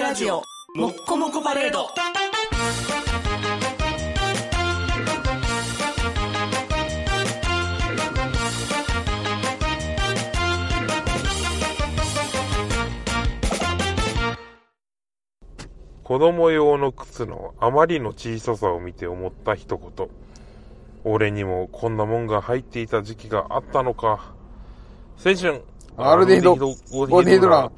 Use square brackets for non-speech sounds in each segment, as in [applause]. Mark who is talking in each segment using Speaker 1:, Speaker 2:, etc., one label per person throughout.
Speaker 1: ラジオもっこもこパレード
Speaker 2: 子供用の靴のあまりの小ささを見て思った一言。俺にもこんなもんが入っていた時期があったのか。青春。
Speaker 3: アルデヒド
Speaker 2: ゴ
Speaker 3: ゴデヒドラ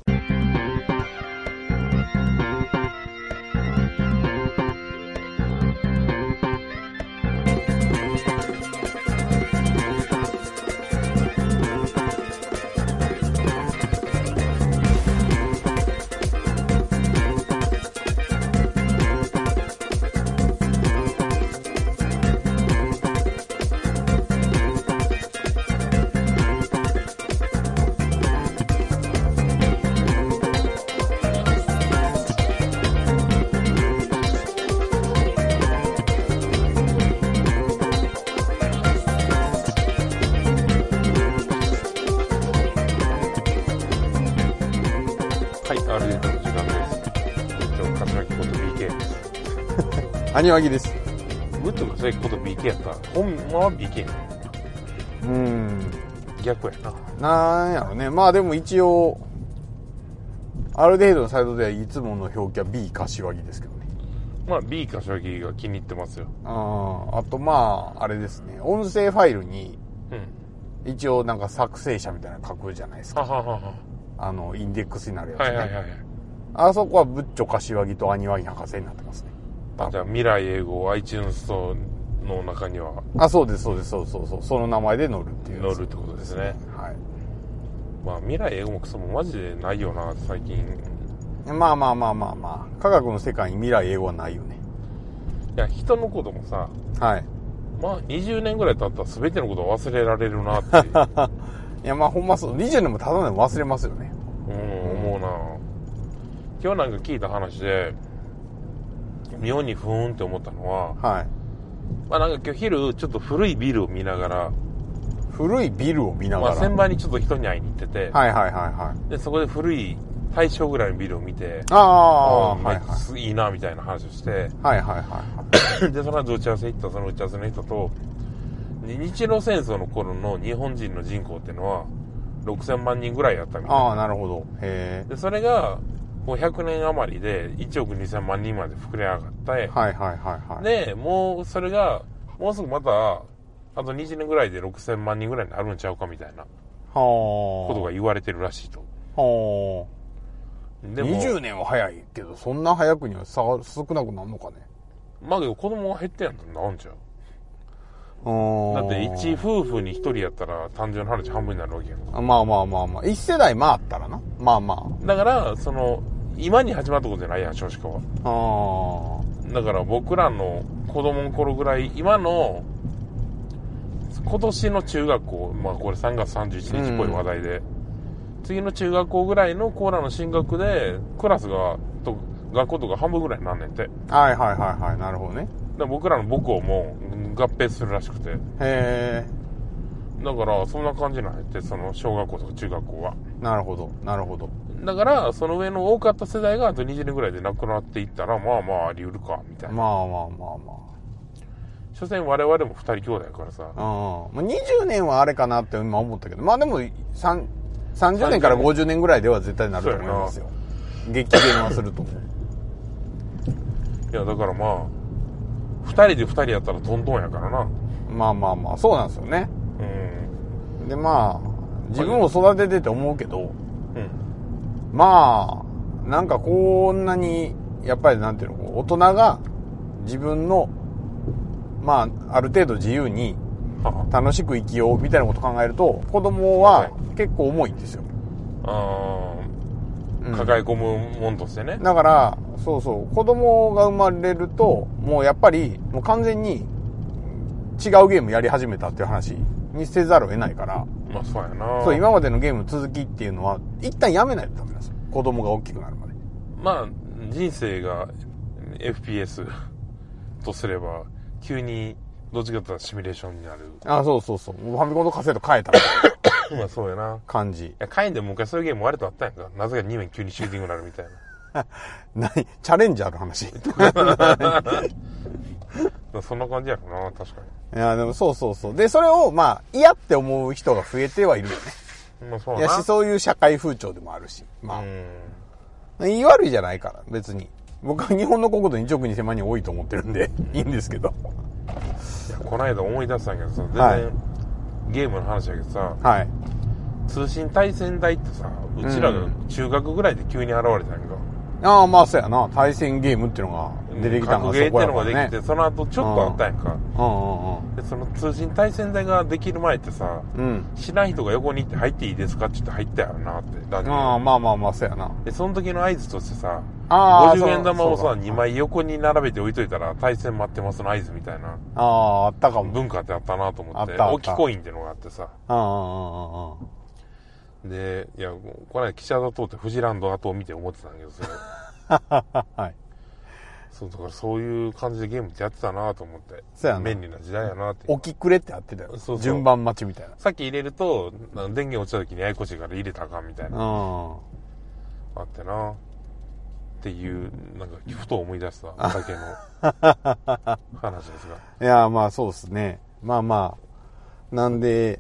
Speaker 2: はい、アルデヒドの時間です。部長、柏木こと BK です。
Speaker 3: アニワギです。
Speaker 2: 部長、柏木こと BK やったら、本間は BK やな
Speaker 3: うーん。
Speaker 2: 逆やな。
Speaker 3: なんやろね。まあでも一応、ある程度のサイトではいつもの表記は B 柏木ですけどね。
Speaker 2: まあ、B 柏木が気に入ってますよ。
Speaker 3: あーあとまあ、あれですね。音声ファイルに
Speaker 2: うん。
Speaker 3: 一応なんか作成者みたいなの書くじゃないです
Speaker 2: は
Speaker 3: か。
Speaker 2: ははは。
Speaker 3: あの、インデックスになるやつね。
Speaker 2: はいはいはいはい。
Speaker 3: あそこはブッチョ柏木とアニワギ博士になってますね。
Speaker 2: あじゃあ、未来英語 iTunes ストアの中には
Speaker 3: あ、そうです、そうです、そうそうそう。その名前で乗るっていうや
Speaker 2: 載
Speaker 3: つ。
Speaker 2: るってことですね。
Speaker 3: はい。
Speaker 2: まあ、未来英語もクソもマジでないよな、最近。
Speaker 3: まあまあまあまあまあ。科学の世界に未来英語はないよね。
Speaker 2: いや、人のこともさ、
Speaker 3: はい。
Speaker 2: まあ、20年ぐらい経ったら全てのことを忘れられるなって、
Speaker 3: [laughs] いやまあほんまそう。20年も経たないも忘れますよね。
Speaker 2: うん、思うな。今日なんか聞いた話で、妙にふーんって思ったのは、
Speaker 3: はい。
Speaker 2: まあなんか今日昼、ちょっと古いビルを見ながら、
Speaker 3: 古いビルを見な
Speaker 2: ま
Speaker 3: が
Speaker 2: あ
Speaker 3: ら。
Speaker 2: 先輩にちょっと人に会いに行ってて、
Speaker 3: はいはいはいはい。
Speaker 2: で、そこで古い大正ぐらいのビルを見て、
Speaker 3: ああ、
Speaker 2: うん
Speaker 3: はい
Speaker 2: まあ
Speaker 3: はい
Speaker 2: いなみたいな話をして、
Speaker 3: い。はいはいは
Speaker 2: [laughs] で、その後打ち合わせ行ったその打ち合わせの人と、に日露戦争の頃の日本人の人口っていうのは、6000万人ぐらいやったみ
Speaker 3: い。
Speaker 2: たい
Speaker 3: あ
Speaker 2: な。
Speaker 3: あ、なるほど。へ
Speaker 2: で、それが、もう100年余りで1億2000万人まで膨れ上がって
Speaker 3: え。、はいはいはいはい。
Speaker 2: で、もうそれが、もうすぐまた、あと20年ぐらいで6000万人ぐらいになるんちゃうかみたいな
Speaker 3: はあ。
Speaker 2: ことが言われてるらしいと。
Speaker 3: は
Speaker 2: で
Speaker 3: あ。
Speaker 2: も、
Speaker 3: 20年は早いけど、そんな早くには差が少なくなるのかね。
Speaker 2: まあけど子供が減ってんやったらなんちゃう
Speaker 3: うん。
Speaker 2: だって一夫婦に一人やったら単純な話半分になるわけやんか。
Speaker 3: まあまあまあまあ。一世代回ったらな。まあま
Speaker 2: だから、その、今に始まったことじゃないやん、少子化は。
Speaker 3: あ。あ
Speaker 2: だから僕らの子供の頃ぐらい、今の、今年の中学校、まあこれ3月31日っぽい話題で、次の中学校ぐらいのコーラの進学で、クラスが、と学校とか半分ぐらいになんねんて。だか
Speaker 3: あ。はいはいはいはい。なるほどね。
Speaker 2: ら僕らの母校もうん合併するらしくて。
Speaker 3: へ
Speaker 2: だから、そんな感じなんやって、その小学校とか中学校は。
Speaker 3: え。なるほど。なるほど。
Speaker 2: だから、その上の多かった世代があと20年ぐらいで亡くなっていったら、まあまああり得るか、みたいな。
Speaker 3: まあまあまあまあ。
Speaker 2: 所詮我々も二人兄弟やからさ。
Speaker 3: うん。まあ、20年はあれかなって今思ったけど、まあでも、三30年から50年ぐらいでは絶対なると思いますよ。激減はすると思う。 [laughs]
Speaker 2: いや、だからまあ、二人で二人やったらトントンやからな。
Speaker 3: まあまあまあ、そうなんですよね。
Speaker 2: うん。
Speaker 3: でまあ、自分を育ててて思うけど、
Speaker 2: うん。
Speaker 3: まあ、なんかこんなに、やっぱりなんていうの、こう大人が自分の、まあ、ある程度自由に
Speaker 2: は
Speaker 3: 楽しく生きようみたいなことを考えると、子供は結構重いんですよ。
Speaker 2: あ。
Speaker 3: う
Speaker 2: あ
Speaker 3: ん
Speaker 2: ー抱え込むもんとしてね。
Speaker 3: だから、そうそう、子供が生まれると、もうやっぱり、もう完全に違うゲームやり始めたっていう話にせざるを得ないから、
Speaker 2: まあそうやな。
Speaker 3: そう、今までのゲームの続きっていうのは、一旦やめないとダメなんですよ。子供が大きくなるまで。
Speaker 2: まあ、人生が FPS [laughs] とすれば、急にどっちかって言ったらシミュレーションにな
Speaker 3: [laughs]
Speaker 2: る。
Speaker 3: あ、そうそうそう。もうファミコンのカセット変えたみたいな
Speaker 2: [laughs] まあそうやな。い
Speaker 3: 感じ。
Speaker 2: や、カインでも昔そういうゲーム割とあったやんか。なぜか2面急にシューティングになるみたいな。
Speaker 3: 何チャレンジャーの話い
Speaker 2: そんな感じやろな、確か
Speaker 3: や、でもそうそうそう。で、それを、まあ、嫌って思う人が増えてはいるよね。
Speaker 2: に。まあ、そう
Speaker 3: い
Speaker 2: や
Speaker 3: や
Speaker 2: な。
Speaker 3: し、そういう社会風潮でもあるし。まあ
Speaker 2: う、ん。
Speaker 3: 言い悪いじゃないから、別に。僕は日本の国土1億2000万人多いと思ってるんで、いいんですけど。
Speaker 2: いやこの間思い出したんやけどさ、全然、
Speaker 3: はい
Speaker 2: ゲームの話やけどさ、
Speaker 3: はい。
Speaker 2: 通信対戦台ってさ、うちらが中学ぐらいで急に現れたんやけど、
Speaker 3: ああ、まあ、そうやな。対戦ゲームっていうのが出てきたの
Speaker 2: 格
Speaker 3: が
Speaker 2: ゲーって
Speaker 3: そこや
Speaker 2: のが
Speaker 3: から
Speaker 2: でき
Speaker 3: ね
Speaker 2: て、。その後ちょっとあったんやんか。
Speaker 3: う
Speaker 2: で、その通信対戦台ができる前ってさ、
Speaker 3: んうんうん。うん。
Speaker 2: 知らん人が横に行って入っていいですかって言って入ったやろなって、ラン
Speaker 3: ああ、まあまあまあ、そうやな。
Speaker 2: で、その時の合図としてさ、
Speaker 3: あー
Speaker 2: 50円玉を
Speaker 3: そう
Speaker 2: さ、
Speaker 3: だ
Speaker 2: 2枚横に並べて置いといたら、対戦待ってますの合図みたいな
Speaker 3: ああ、あったかも。
Speaker 2: 文化ってあったなと思
Speaker 3: あ
Speaker 2: っ、
Speaker 3: ってたあっ
Speaker 2: 置
Speaker 3: た
Speaker 2: きコインってのがあってさ。
Speaker 3: ああ、
Speaker 2: で、いや、この間記者だ通ってフジランド後を見て思ってたんだけどさ、
Speaker 3: [laughs] はい。
Speaker 2: そう、だからそういう感じでゲームってやってたなと思って、
Speaker 3: そうやな
Speaker 2: 便利な時代やなって。
Speaker 3: 置きくれってあってたよ。
Speaker 2: そうそう
Speaker 3: 順番待ちみたいな。
Speaker 2: さっき入れると、な電源落ちた時にややこしいから入れたらあかんみたいな、
Speaker 3: うん。
Speaker 2: あってなっていう、なんか、ふと思い出した、お酒の話ですが。
Speaker 3: いや、まあそうですね。まあまあ。なんで、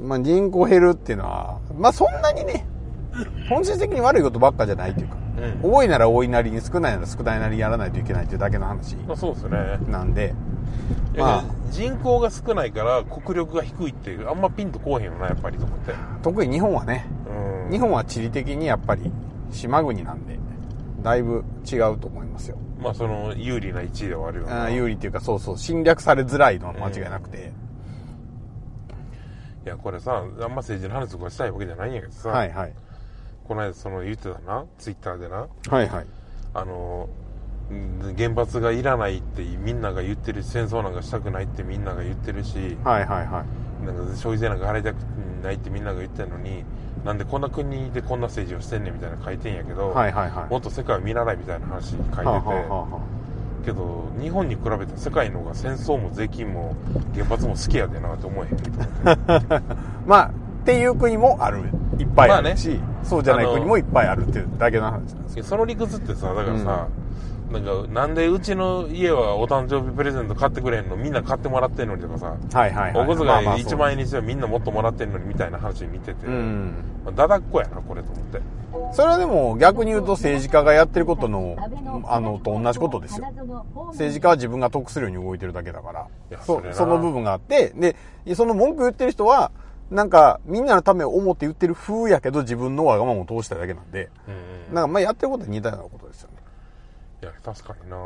Speaker 3: まあ人口減るっていうのは、まあそんなにね、本質的に悪いことばっかじゃないっていうか、
Speaker 2: うん
Speaker 3: 多いなら多いなりに少ないなら少ないなりにやらないといけないっていうだけの話
Speaker 2: まあ、そうですね。
Speaker 3: なんで、
Speaker 2: いや
Speaker 3: ま
Speaker 2: 人口が少ないから国力が低いっていうあんまピンとこうへんよなやっぱりと思って
Speaker 3: あ特に日本はね、
Speaker 2: うん
Speaker 3: 日本は地理的にやっぱり島国なんで、だいぶ違うと思いますよ。
Speaker 2: まあその有利な1位ではあるよ
Speaker 3: あ
Speaker 2: な
Speaker 3: ー
Speaker 2: い
Speaker 3: 有利っていうかそうそう、侵略されづらいのは間違いなくて。
Speaker 2: やこれさあんま政治の話とかしたいわけじゃないんやけどさ、
Speaker 3: はいはい。
Speaker 2: この間その言ってたなツイッターでな
Speaker 3: はいはい。
Speaker 2: あのうん原発がいらないってみんなが言ってるし戦争なんかしたくないってみんなが言ってるし
Speaker 3: はいはいはい。
Speaker 2: なんか消費税なんか払いたくないってみんなが言ってるのになんでこんな国でこんな政治をしてんねんみたいなの書いてんやけど、
Speaker 3: はいはいはい。
Speaker 2: もっと世界を見習いみたいな話書いてて、
Speaker 3: はあはあはあはあ
Speaker 2: けど日本に比べたら世界の方が戦争も税金も原発も好きやでなって思えへん
Speaker 3: まあ、 [laughs] っていう国もある。いっぱいあるし、
Speaker 2: ま
Speaker 3: そうじゃない
Speaker 2: あの
Speaker 3: 国もいっぱいあるっていうだけの話なんです
Speaker 2: いやその理屈ってさだからさ、なんかなんでうちの家はお誕生日プレゼント買ってくれへんのみんな買ってもらってんのにとかさ
Speaker 3: けど。はいはいはい。
Speaker 2: お小
Speaker 3: まあま
Speaker 2: 遣
Speaker 3: あ
Speaker 2: い
Speaker 3: そ
Speaker 2: 1
Speaker 3: う
Speaker 2: 万円にしてはみんなもっともらってんのにみたいな話見てて、
Speaker 3: うん。
Speaker 2: まあ、だだっこやなこれと思って
Speaker 3: それはでも逆に言うと政治家がやってる
Speaker 4: こ
Speaker 3: こと
Speaker 4: と
Speaker 3: の
Speaker 4: の、
Speaker 3: あ
Speaker 4: あ
Speaker 3: の
Speaker 4: の、、
Speaker 3: と
Speaker 4: と
Speaker 3: 同
Speaker 4: 同
Speaker 3: じ
Speaker 4: じ
Speaker 3: こ
Speaker 4: こと
Speaker 3: で
Speaker 4: とですす
Speaker 3: よ
Speaker 4: よ。。
Speaker 3: 政
Speaker 4: 政
Speaker 3: 治
Speaker 4: 治
Speaker 3: 家
Speaker 4: 家
Speaker 3: は自分が得するように動いてるだけだから
Speaker 2: や、
Speaker 3: そ
Speaker 2: それな
Speaker 3: その部分があって、で、その文句言ってる人は、なんか、みんなのためを思って言ってる風やけど、自分のわがままを通したいだけなんで、
Speaker 2: うんうん
Speaker 3: なんか、まあ、やってることは似たようなことですよね。
Speaker 2: いや確かにな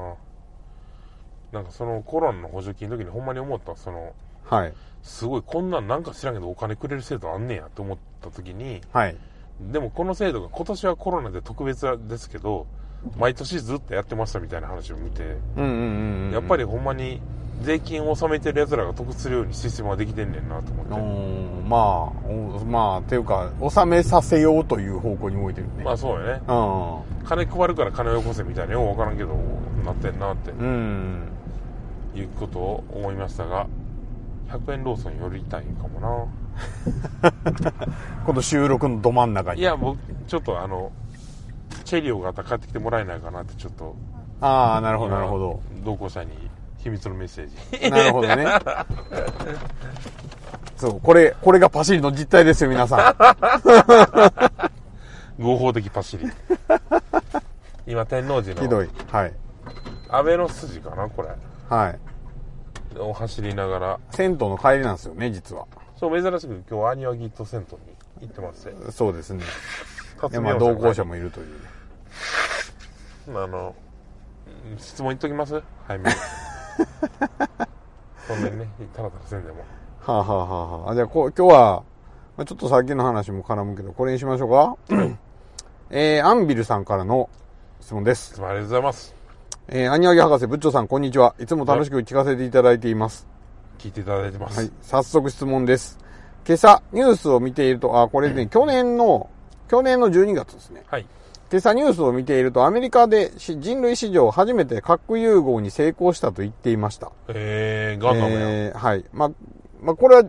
Speaker 2: なんかそのコロナの補助金の時にほんまに思ったその
Speaker 3: はい。
Speaker 2: すごいこんなんなんか知らんけどお金くれる制度あんねやと思った時に
Speaker 3: はい。
Speaker 2: でもこの制度が今年はコロナで特別ですけど、毎年ずっとやってましたみたいな話を見て、
Speaker 3: うんうんうんうん。
Speaker 2: やっぱりほんまに税金を納めてる奴らが得するようにシステムはできてんねんなと思
Speaker 3: う
Speaker 2: って。
Speaker 3: ーん、まあ、おまあ、っていうか、納めさせようという方向に動いてるね。
Speaker 2: まあそうよね。
Speaker 3: あ、
Speaker 2: 金配るから金をよこせみたいなようわからんけど、なってんなって
Speaker 3: うん。うん。
Speaker 2: いうことを思いましたが、100円ローソン寄りたいんかも
Speaker 3: この収録のど真ん中
Speaker 2: な。い
Speaker 3: に。
Speaker 2: や、僕、ちょっとあの、チェリオがあったら帰ってきてもらえないかなってちょっと、
Speaker 3: ああ、なるほど、なるほど。
Speaker 2: 今。同行者に秘密のメッセージ。 [laughs]
Speaker 3: なるほどね。そう、これ、これがパシリの実態ですよ、皆さ
Speaker 2: 合法的パシ
Speaker 3: [laughs]
Speaker 2: リ今天王寺 [laughs]
Speaker 3: ん。ひど
Speaker 2: の
Speaker 3: い。はい。
Speaker 2: 安倍の筋かなこれ
Speaker 3: はい。
Speaker 2: を走りながら
Speaker 3: 銭湯の帰りなんですよね、実は。
Speaker 2: そう珍しく今日はアニワギット銭湯に行ってますね
Speaker 3: そうですね。で
Speaker 2: 辰
Speaker 3: まあ、
Speaker 2: 巳
Speaker 3: 同
Speaker 2: 温
Speaker 3: 行
Speaker 2: 泉
Speaker 3: 者もいるという。
Speaker 2: あのうん質問言っときます早
Speaker 3: [laughs]
Speaker 2: めにそんなにねタラタラせんでも
Speaker 3: はあ、はあはあはあ、じゃあこう、今日は、まあちょっとさっきの話も絡むけど、これにしましょうか。 [clears throat] えー、アンビルさんからの質問です
Speaker 2: い。つもありがとうございます
Speaker 3: えー、アニワギ博士、ブッチョさん、こんにちは。いつも楽しく聞かせていただいています。
Speaker 2: 聞いていただいてます、
Speaker 3: はい。早速質問です。今朝、ニュースを見ていると、あ、これね、去年の、去年の12月ですね。
Speaker 2: はい、
Speaker 3: 今朝ニュースを見ていると、アメリカでし人類史上初めて核融合に成功したと言っていました。
Speaker 2: えー、ガンダムや、
Speaker 3: えーはい。まあ、まあ、これは、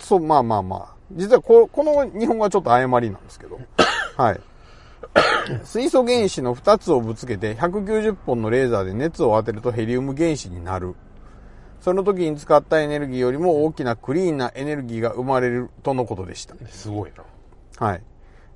Speaker 3: そう、まあまあまあ。実はこ、この日本語はちょっと誤りなんですけど。はい。水素原子の2つをぶつけて190本のレーザーで熱を当てるとヘリウム原子になる。その時に使ったエネルギーよりも大きなクリーンなエネルギーが生まれるとのことでした。
Speaker 2: すごいな。
Speaker 3: はい。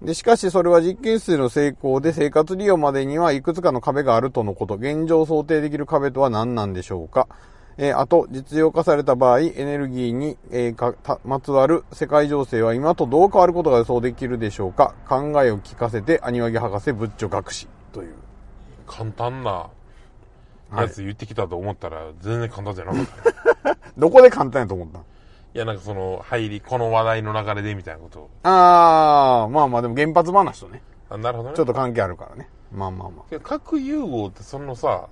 Speaker 3: で、しかしそれは実験室での成功で生活利用までにはいくつかの壁があるとのこと。現状想定できる壁とは何なんでしょうか。えーあと、実用化された場合、エネルギーに、えーかたまつわる世界情勢は今とどう変わることが予想できるでしょうか。考えを聞かせて、アニワギ博士仏著学士という。
Speaker 2: 簡単な
Speaker 3: はい
Speaker 2: やつ言ってきたと思ったら、全然簡単じゃなかったね。
Speaker 3: [laughs] どこで簡単やと思ったん
Speaker 2: いや、なんかその、入り、この話題の流れでみたいなことを
Speaker 3: あー、まあまあでも原発話とね、
Speaker 2: あなるほどね。
Speaker 3: ちょっと関係あるからね。まあまあま
Speaker 2: いや核融合ってそのさ、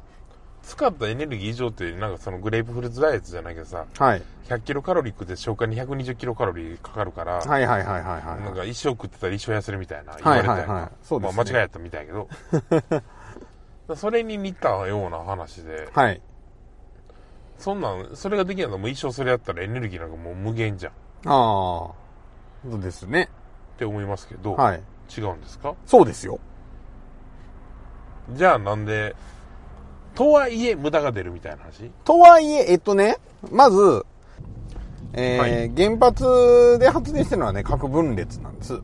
Speaker 2: 使ったエネルギー以上というよりなんかそのグレープフルーツダイエットじゃないけどさ、
Speaker 3: あ。はい。
Speaker 2: 100キロカロリー食って消化に120キロカロリーかかるから、
Speaker 3: はいはいはいはいはいはい。
Speaker 2: なんか一生食ってたら一生痩せるみたいな言われたやんか
Speaker 3: はいはいはいそうですね
Speaker 2: まあ間違いやったみたいやけど。 [laughs] だからそれに似たような話で、
Speaker 3: はい。
Speaker 2: そんなん、それができないともう一生それやったらエネルギーなんかもう無限じゃんっ
Speaker 3: ああ、そうですね。
Speaker 2: て思いますけど、
Speaker 3: はい。
Speaker 2: 違うんですか
Speaker 3: そうですよ。
Speaker 2: じゃあなんで、とはいえ無駄が出るみたいな話
Speaker 3: とはいえ、えっとね、まず、えー
Speaker 2: はい
Speaker 3: 原発で発電してるのはね、核分裂なんです。
Speaker 2: は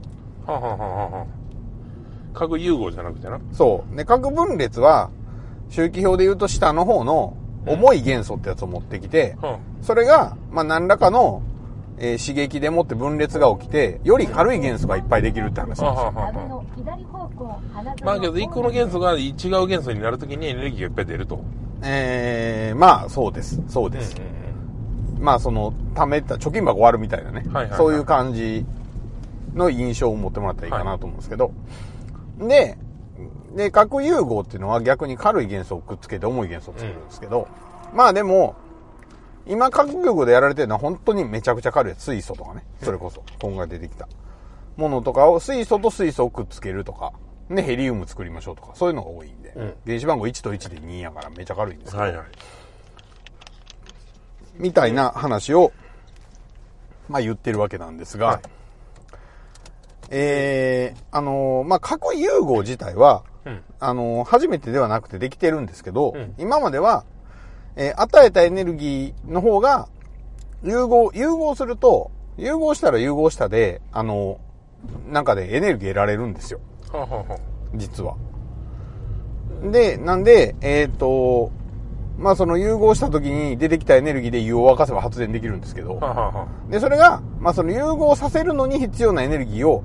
Speaker 2: あ、はあはあはあ、核融合じゃなくてな。
Speaker 3: そう。ね、核分裂は、周期表で言うと下の方の重い元素ってやつを持ってきて、
Speaker 2: は
Speaker 3: それが、まあ、何らかの、えー刺激でもって分裂が起きて、より軽い元素がいっぱいできるって話
Speaker 2: あ、は
Speaker 3: なん
Speaker 2: あ
Speaker 3: で
Speaker 2: はあはあまあけど、一個の元素が違う元素になるときにエネルギーがいっぱい出ると。
Speaker 3: す。えー、まあ、そうです。そうです。まあその、貯めた、貯金箱割るみたいな
Speaker 2: はい
Speaker 3: ね、
Speaker 2: はいはい
Speaker 3: そういう感じの印象を持ってもらったらいいかなと思うんですけど、で、で、核融合っていうのは逆に軽い元素をくっつけて重い元素を作るんですけど、まあでも、今核融合でやられてるのは本当にめちゃくちゃ軽い水素とかね、それこそ、今回出てきたものとかを水素と水素をくっつけるとか、で、ヘリウム作りましょうとか、そういうのが多いんで、
Speaker 2: ん
Speaker 3: 原子番号1と1で2やからめちゃ軽いんですけど、
Speaker 2: はいはい。
Speaker 3: みたいな話を、まあ言ってるわけなんですが、
Speaker 2: はい
Speaker 3: えー、あのーまあ核融合自体は、
Speaker 2: うん
Speaker 3: あのー初めてではなくてできてるんですけど、
Speaker 2: うん
Speaker 3: 今までは、えー与えたエネルギーの方が、融合、融合すると、融合したら融合したで、あのーなんかでエネルギー得られるんですよ。
Speaker 2: はあ、はあは
Speaker 3: 実は。で、なんで、えっ、と、まあその融合した時に出てきたエネルギーで湯を沸かせば発電できるんですけど
Speaker 2: あ、、はあはあは
Speaker 3: で、それが、まあその融合させるのに必要なエネルギーを、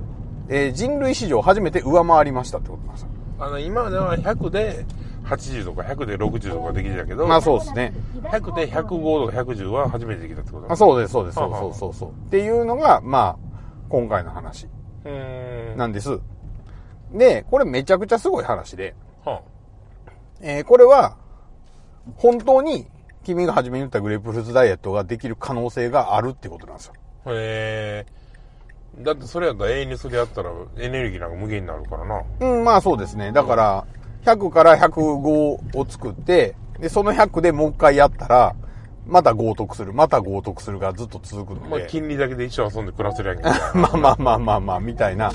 Speaker 3: えー人類史上初めて上回りましたってことなんですよ。
Speaker 2: あ、あの今までは100で80とか100で60とかできてたけど、
Speaker 3: まあそうですね。
Speaker 2: 100で105とか110は初めてできたってこと
Speaker 3: あ
Speaker 2: う。
Speaker 3: そうです、そうです、そ
Speaker 2: は
Speaker 3: う
Speaker 2: は
Speaker 3: そうそうそう。っていうのが、まあ、今回の話
Speaker 2: うーん。
Speaker 3: なんです。で、これめちゃくちゃすごい話で、
Speaker 2: は
Speaker 3: えーこれは、本当に、君が初めに言ったグレープフルーツダイエットができる可能性があるってことなんですよ。
Speaker 2: あ、へえ。だってそれやったら永遠にそれやったらエネルギーなんか無限になるからな。
Speaker 3: うん、まあそうですね。だから、100から105を作って、で、その100でもう一回やったら、また合得する、また合得するがずっと続くの
Speaker 2: まあ
Speaker 3: で、
Speaker 2: 金利だけで一生遊んで暮らせるやんけど。は
Speaker 3: [laughs] まあまあまあまあまあ、みたいな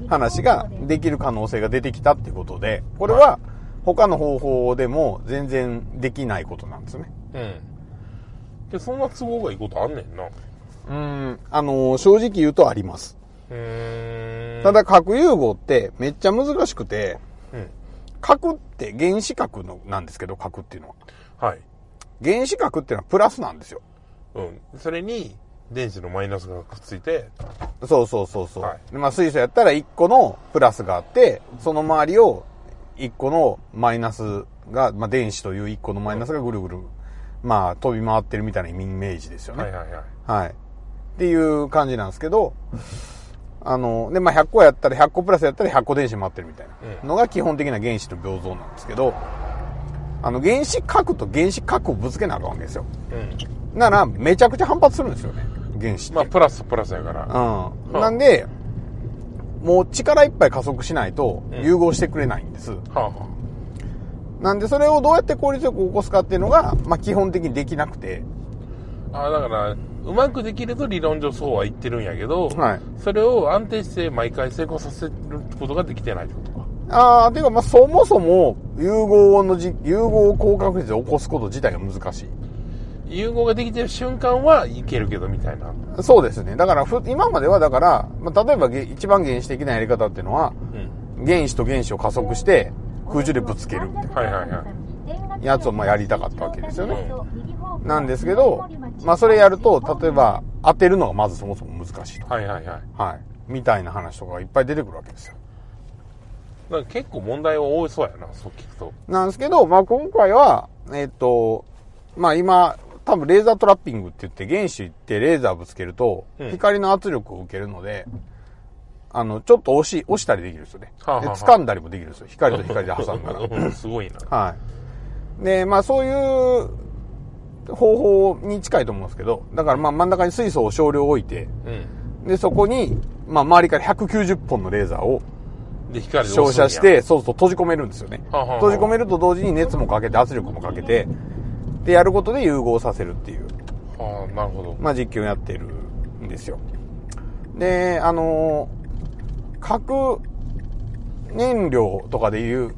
Speaker 2: うん
Speaker 3: 話ができる可能性が出てきたってことで、これは他の方法でも全然できないことなんですね。
Speaker 2: うん。で、そんな都合がいいことあんねんな。う
Speaker 3: うん、あのー正直言うとあります。
Speaker 2: ーん。
Speaker 3: ただ核融合ってめっちゃ難しくて、
Speaker 2: うん。
Speaker 3: 核って原子核のなんですけど、核っていうのは。
Speaker 2: はい。
Speaker 3: 原子核っていうのはプラスなんですよ。
Speaker 2: うん。それに、電子のマイナスがくっついて、
Speaker 3: そうそうそうそう。
Speaker 2: はい
Speaker 3: でまあ水素やったら1個のプラスがあって、その周りを1個のマイナスが、まあ電子という1個のマイナスがぐるぐる、まあ飛び回ってるみたいなイメージですよね。
Speaker 2: は
Speaker 3: はいい、
Speaker 2: はいはい。
Speaker 3: っていう感じなんですけど、あの、で、まあ100個やったら100個プラスやったら100個電子待ってるみたい
Speaker 2: うん
Speaker 3: なのが基本的な原子の病像なんですけど、あの原子核と原子核をぶつけなあかんわけですよ。
Speaker 2: うん。
Speaker 3: なら、めちゃくちゃ反発するんですよね、原子って。
Speaker 2: まあ、プラスとプラスやから。
Speaker 3: うん。
Speaker 2: はあ
Speaker 3: なんで、もう力いっぱい加速しないと
Speaker 2: うん
Speaker 3: 融合してくれないんです。
Speaker 2: はあ、は
Speaker 3: なんでそれをどうやって効率よく起こすかっていうのが、まあ基本的にできなくて。
Speaker 2: あ。あだから、うまくできると理論上そうは言ってるんやけど、
Speaker 3: はい
Speaker 2: それを安定して毎回成功させることができてないってことか。
Speaker 3: ああ、ていうか、まあ、そもそも、融合のじ、融合を高確率で起こすこと自体が難し。
Speaker 2: 融合ができてる瞬間はいけるけどみたいない
Speaker 3: そうですね。だからふ、今までは、だから、まあ、例えばげ、一番原始的なやり方っていうのは、
Speaker 2: うん
Speaker 3: 原子と原子を加速して、空中でぶつけるみたいな
Speaker 2: はいはいは
Speaker 4: やつをまあやりたかったわけですよね、
Speaker 3: な
Speaker 4: なんん
Speaker 3: で
Speaker 4: ですす
Speaker 3: け
Speaker 4: け
Speaker 3: ど
Speaker 4: ど、
Speaker 3: ま
Speaker 4: ま
Speaker 3: あ
Speaker 4: あ
Speaker 3: そ
Speaker 4: そ
Speaker 3: れ
Speaker 4: れ
Speaker 3: や
Speaker 4: や
Speaker 3: る
Speaker 4: る
Speaker 3: と
Speaker 4: と、
Speaker 3: 例
Speaker 4: 例
Speaker 3: え
Speaker 4: え
Speaker 3: ば
Speaker 4: ば、
Speaker 3: 当てるのがまずそもそも難しいと。
Speaker 2: はいはいはい
Speaker 3: はい。みたいな話とかがいっぱい出てくるわけですよ。
Speaker 2: なんか結構問題は多そうやなそう聞くと
Speaker 3: なんですけど、まあ今回は、えっと、まあ今、多分レーザートラッピングって言って原子ってレーザーぶつけると
Speaker 2: うん
Speaker 3: 光の圧力を受けるので、あの、ちょっと押し、押したりできるんですよね。
Speaker 2: はあはあ
Speaker 3: で
Speaker 2: はあ
Speaker 3: 掴んだりもできるんですよ。光と光で挟んだら。
Speaker 2: [laughs] うんすごいな
Speaker 3: はい。で、まあそういう方法に近いと思うんですけど、だからまあ真ん中に水素を少量置いて、
Speaker 2: うん
Speaker 3: で、そこに、まあ周りから190本のレーザーを
Speaker 2: で光で
Speaker 3: 照
Speaker 2: 押すんや
Speaker 3: 射して、そうそう閉じ込めるんですよね。
Speaker 2: はあはあはあ
Speaker 3: 閉じ込めると同時に熱もかけて圧力もかけて、で、やることで融合させるっていう、
Speaker 2: はあなるほど
Speaker 3: まあ実験をやってるんですよ。で、あのー核燃料とかでいう、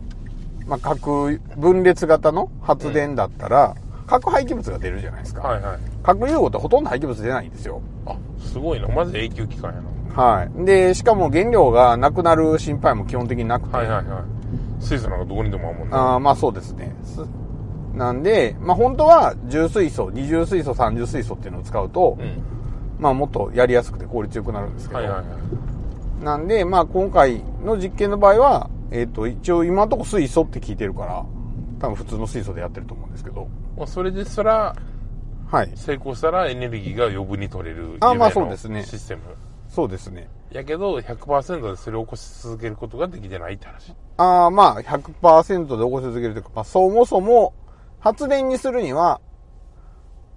Speaker 3: まあ、核分裂型の発電だったら、核廃棄物が出るじゃないですか。
Speaker 2: はいはい
Speaker 3: 核融合ってほとんど廃棄物出ないんですよ。
Speaker 2: あすごいなマジで永久期間やな
Speaker 3: はい。で、しかも原料がなくなる心配も基本的になくて、
Speaker 2: はいはいはい水素なんかどこにでもあるもんな
Speaker 3: あーまあそうですね。すなんで、まあ本当は重水素、二重水素、三重水素っていうのを使うと、
Speaker 2: うん
Speaker 3: まあもっとやりやすくて効率よくなるんですけど、
Speaker 2: はいはいはい
Speaker 3: なんで、まあ今回の実験の場合は、えっ、と、一応今のところ水素って聞いてるから、多分普通の水素でやってると思うんですけど、
Speaker 2: まあそれですら
Speaker 3: はい。
Speaker 2: 成功したらエネルギーが余分に取れる
Speaker 3: あまあ
Speaker 2: 夢の
Speaker 3: そうですね
Speaker 2: システム
Speaker 3: そうですね。
Speaker 2: やけど100%でそれを起こし続けることができてないって話
Speaker 3: ああ、まあ100%で起こし続けるというか、まあそもそも発電にするには、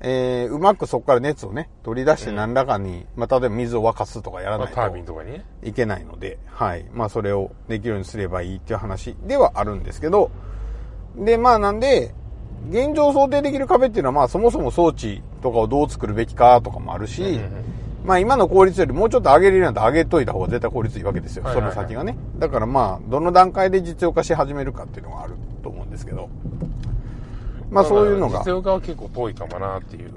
Speaker 3: えー、うまくそこから熱をね、取り出して何らかに、まあ例えば水を沸かすとかやら
Speaker 2: ま
Speaker 3: な
Speaker 2: あ
Speaker 3: い
Speaker 2: タービン
Speaker 3: と
Speaker 2: とかにね
Speaker 3: いけないので、はい。まあそれをできるようにすればいいっていう話ではあるんですけど、で、まあなんで、現状想定できる壁っていうのは、まあそもそも装置とかをどう作るべきかとかもあるし、
Speaker 2: うんうん
Speaker 3: まあ今の効率よりもうちょっと上げれるなんて上げといた方が絶対効率いいわけですよ。
Speaker 2: はいはいはい
Speaker 3: その先がね。だからまあ、どの段階で実用化し始めるかっていうのがあると思うんですけど。まあそういうの
Speaker 2: だから
Speaker 3: が
Speaker 2: 実、用化は結構遠いかもなっていう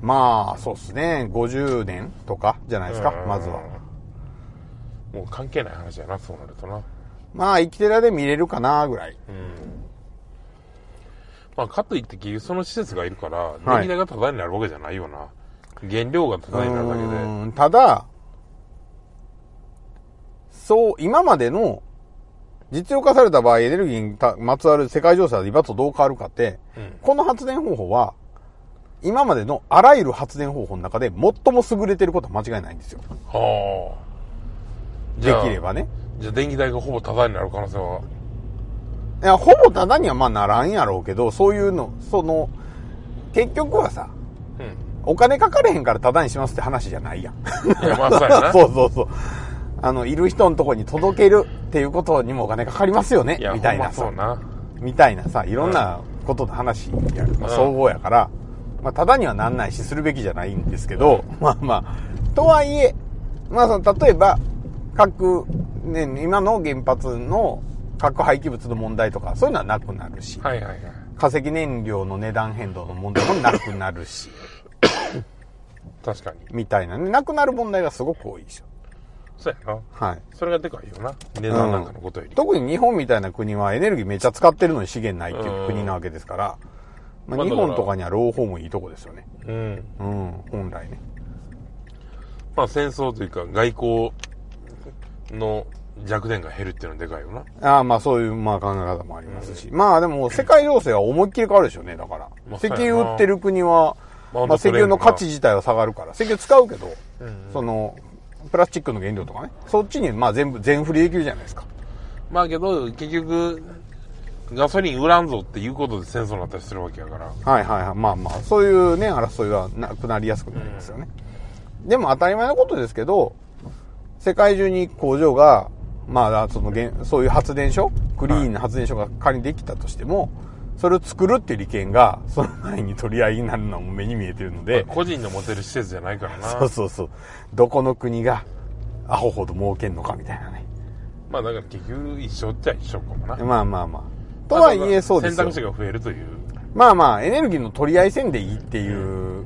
Speaker 3: まあそうですね、50年とかじゃないですか
Speaker 2: う、ん
Speaker 3: まずは。
Speaker 2: もう関係ない話やなそうなるとな
Speaker 3: まあ生きてる間で見れるかなぐらい。
Speaker 2: まあかといって結局その施設がいるから
Speaker 3: い
Speaker 2: 電気代がタダになるわけじゃないよな、原料がタダになるだけで
Speaker 3: うーんただ、そう、今までの実用化された場合、エネルギーにたまつわる世界情勢は今とどう変わるかって、
Speaker 2: うん
Speaker 3: この発電方法は、今までのあらゆる発電方法の中で最も優れてることは間違いないんですよ。
Speaker 2: はあ
Speaker 3: できればね。
Speaker 2: じゃあ電気代がほぼタダになる可能性はい
Speaker 3: や、ほぼただにはまあならんやろうけど、そういうの、その、結局はさ、 [laughs]
Speaker 2: うん
Speaker 3: お金かかれへんからただにしますって話じゃないやん。 [laughs]
Speaker 2: いやまあそうやな
Speaker 3: そうそうそう。あの、いる人のとこに届けるっていうことにもお金かかりますよね
Speaker 2: いや、
Speaker 3: みたい
Speaker 2: ほ
Speaker 3: なん
Speaker 2: ま
Speaker 3: さ
Speaker 2: そう、な
Speaker 3: みたいなさ、いろんなことの話や、まあ、
Speaker 2: うん
Speaker 3: 総合やから、まあ、ただにはなんないし、するべきじゃないんですけど、まあまあ、とはいえ、まあその、例えば、核、ね、今の原発の核廃棄物の問題とか、そういうのはなくなるし、
Speaker 2: はいはいはい
Speaker 3: 化石燃料の値段変動の問題もなくなるし、
Speaker 2: 確かに
Speaker 3: みたいなね、なくなる問題がすごく多いでしょ。
Speaker 2: そうやな
Speaker 3: はい。
Speaker 2: それがでかいよな値段なんかのことより、
Speaker 3: 特に日本みたいな国はエネルギーめっちゃ使ってるのに資源ないっていううん国なわけですから、ま
Speaker 2: ま
Speaker 3: あ、
Speaker 2: あ
Speaker 3: 日
Speaker 2: だから
Speaker 3: 本とかには朗報もいいとこですよね。
Speaker 2: うん
Speaker 3: うん、本来ね。
Speaker 2: まあ戦争というか外交の弱点が減るっていうのはでかいよな
Speaker 3: ああ、まあそういうまあ考え方もありますし。まあでも世界情勢は思いっきり変わるでしょうね、だから。
Speaker 2: まあ
Speaker 3: 石油売ってる国は、
Speaker 2: まあ
Speaker 3: まあ石油の価値自体は下がるから、石油使うけど、
Speaker 2: ん
Speaker 3: その、プラスチックの原料とかね、そっちにまあ全部、全振りできるじゃないですか。
Speaker 2: まあけど結局ガソリン売らんぞっていうことで戦争になったりするわけやから
Speaker 3: はいはいはい。まあまあ、そういうね、争いはなくなりやすくなりますよね。でも当たり前のことですけど、世界中に工場が、まあ、その原、そういう発電所、クリーンな発電所が仮にできたとしても、それを作るっていう利権が、その前に取り合いになるのはもう目に見えてるので、
Speaker 2: 個人の持てる施設じゃないからな
Speaker 3: そうそうそう。どこの国が、アホほど儲けんのかみたいなね。
Speaker 2: まあだから結局一緒っちゃ一緒かもな。
Speaker 3: まあまあまあ。とはいえそうです
Speaker 2: 選
Speaker 3: よ
Speaker 2: 択。肢が増えるという。
Speaker 3: まあまあ、エネルギーの取り合いせんでいいっていう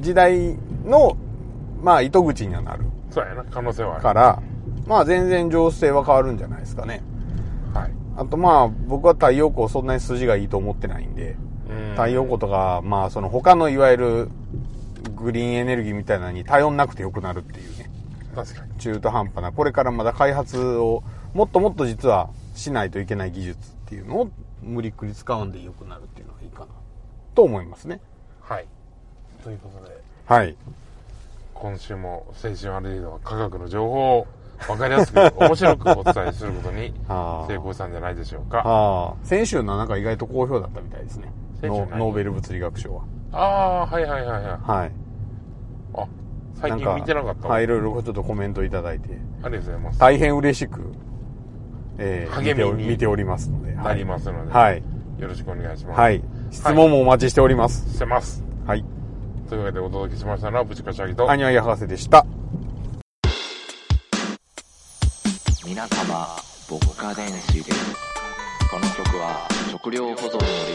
Speaker 3: 時代の、まあ、糸口にはなる
Speaker 2: そうやな、可能性はある。
Speaker 3: から、まあ全然情勢は変わるんじゃないですかね。
Speaker 2: はい。
Speaker 3: あとまあ、僕は太陽光そんなに筋がいいと思ってないんで、
Speaker 2: うん
Speaker 3: 太陽光とか、まあその他のいわゆるグリーンエネルギーみたいなのに頼んなくてよくなるっていうね。
Speaker 2: 確かに。
Speaker 3: 中途半端なこれからまだ開発をもっともっと実はしないといけない技術っていうのを無理くり使うんでよくなるっていうのはいいかなと思いますね
Speaker 2: はい。ということで、
Speaker 3: はい
Speaker 2: 今週も青春アルディードは科学の情報を分かりやすく、面白くお伝えすること
Speaker 3: [laughs]
Speaker 2: に
Speaker 3: あー
Speaker 2: 成功したんじゃないでしょうか。
Speaker 3: ああ先週のなんか意外と好評だったみたいですね
Speaker 2: 先週
Speaker 3: ノ
Speaker 2: 何
Speaker 3: ノーベル物理学賞は
Speaker 2: ああー、はいはいはいはい。
Speaker 3: はい
Speaker 2: あ、最近見てなかったわ。
Speaker 3: はい
Speaker 2: あ
Speaker 3: い
Speaker 2: り
Speaker 3: ろいろちょっとコメントいただいて
Speaker 2: がとうございます。
Speaker 3: 大変嬉しく、えー
Speaker 2: 励みに
Speaker 3: 見てお見ておりますので
Speaker 2: なり
Speaker 3: ま
Speaker 2: ますので、
Speaker 3: はい
Speaker 2: よろしくお願いします。
Speaker 3: はい質問もお待ちしております
Speaker 2: してます。
Speaker 3: はい
Speaker 2: というわけでお届けしましたのは、ぶちかしゃぎと。
Speaker 3: アニワイ博士でした
Speaker 5: 皆様、牧歌電子です。この曲は、食料保存の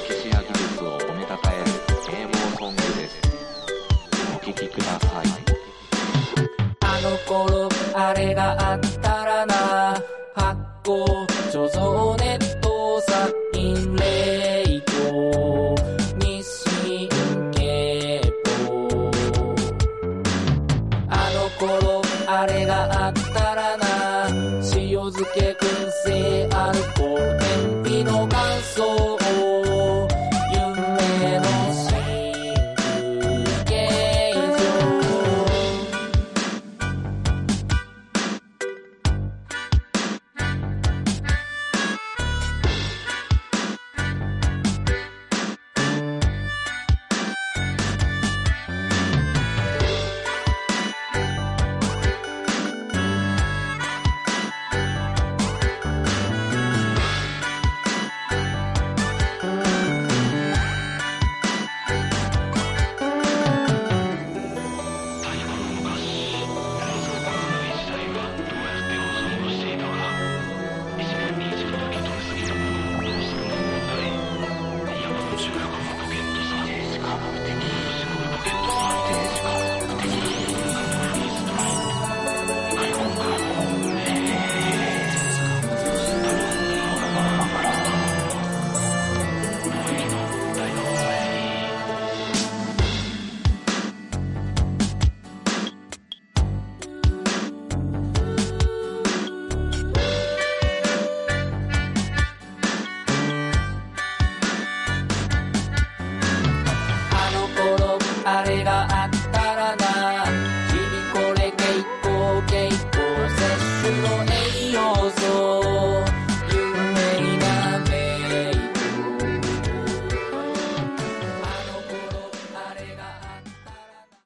Speaker 5: 歴史や技術を褒めたたえる名望ソングです。お聴きください。
Speaker 6: あの頃あれがあったらな発酵貯蔵ネットサイン冷凍日清経法あの頃あれがあったらな塩漬け燻製アルコール天日の乾燥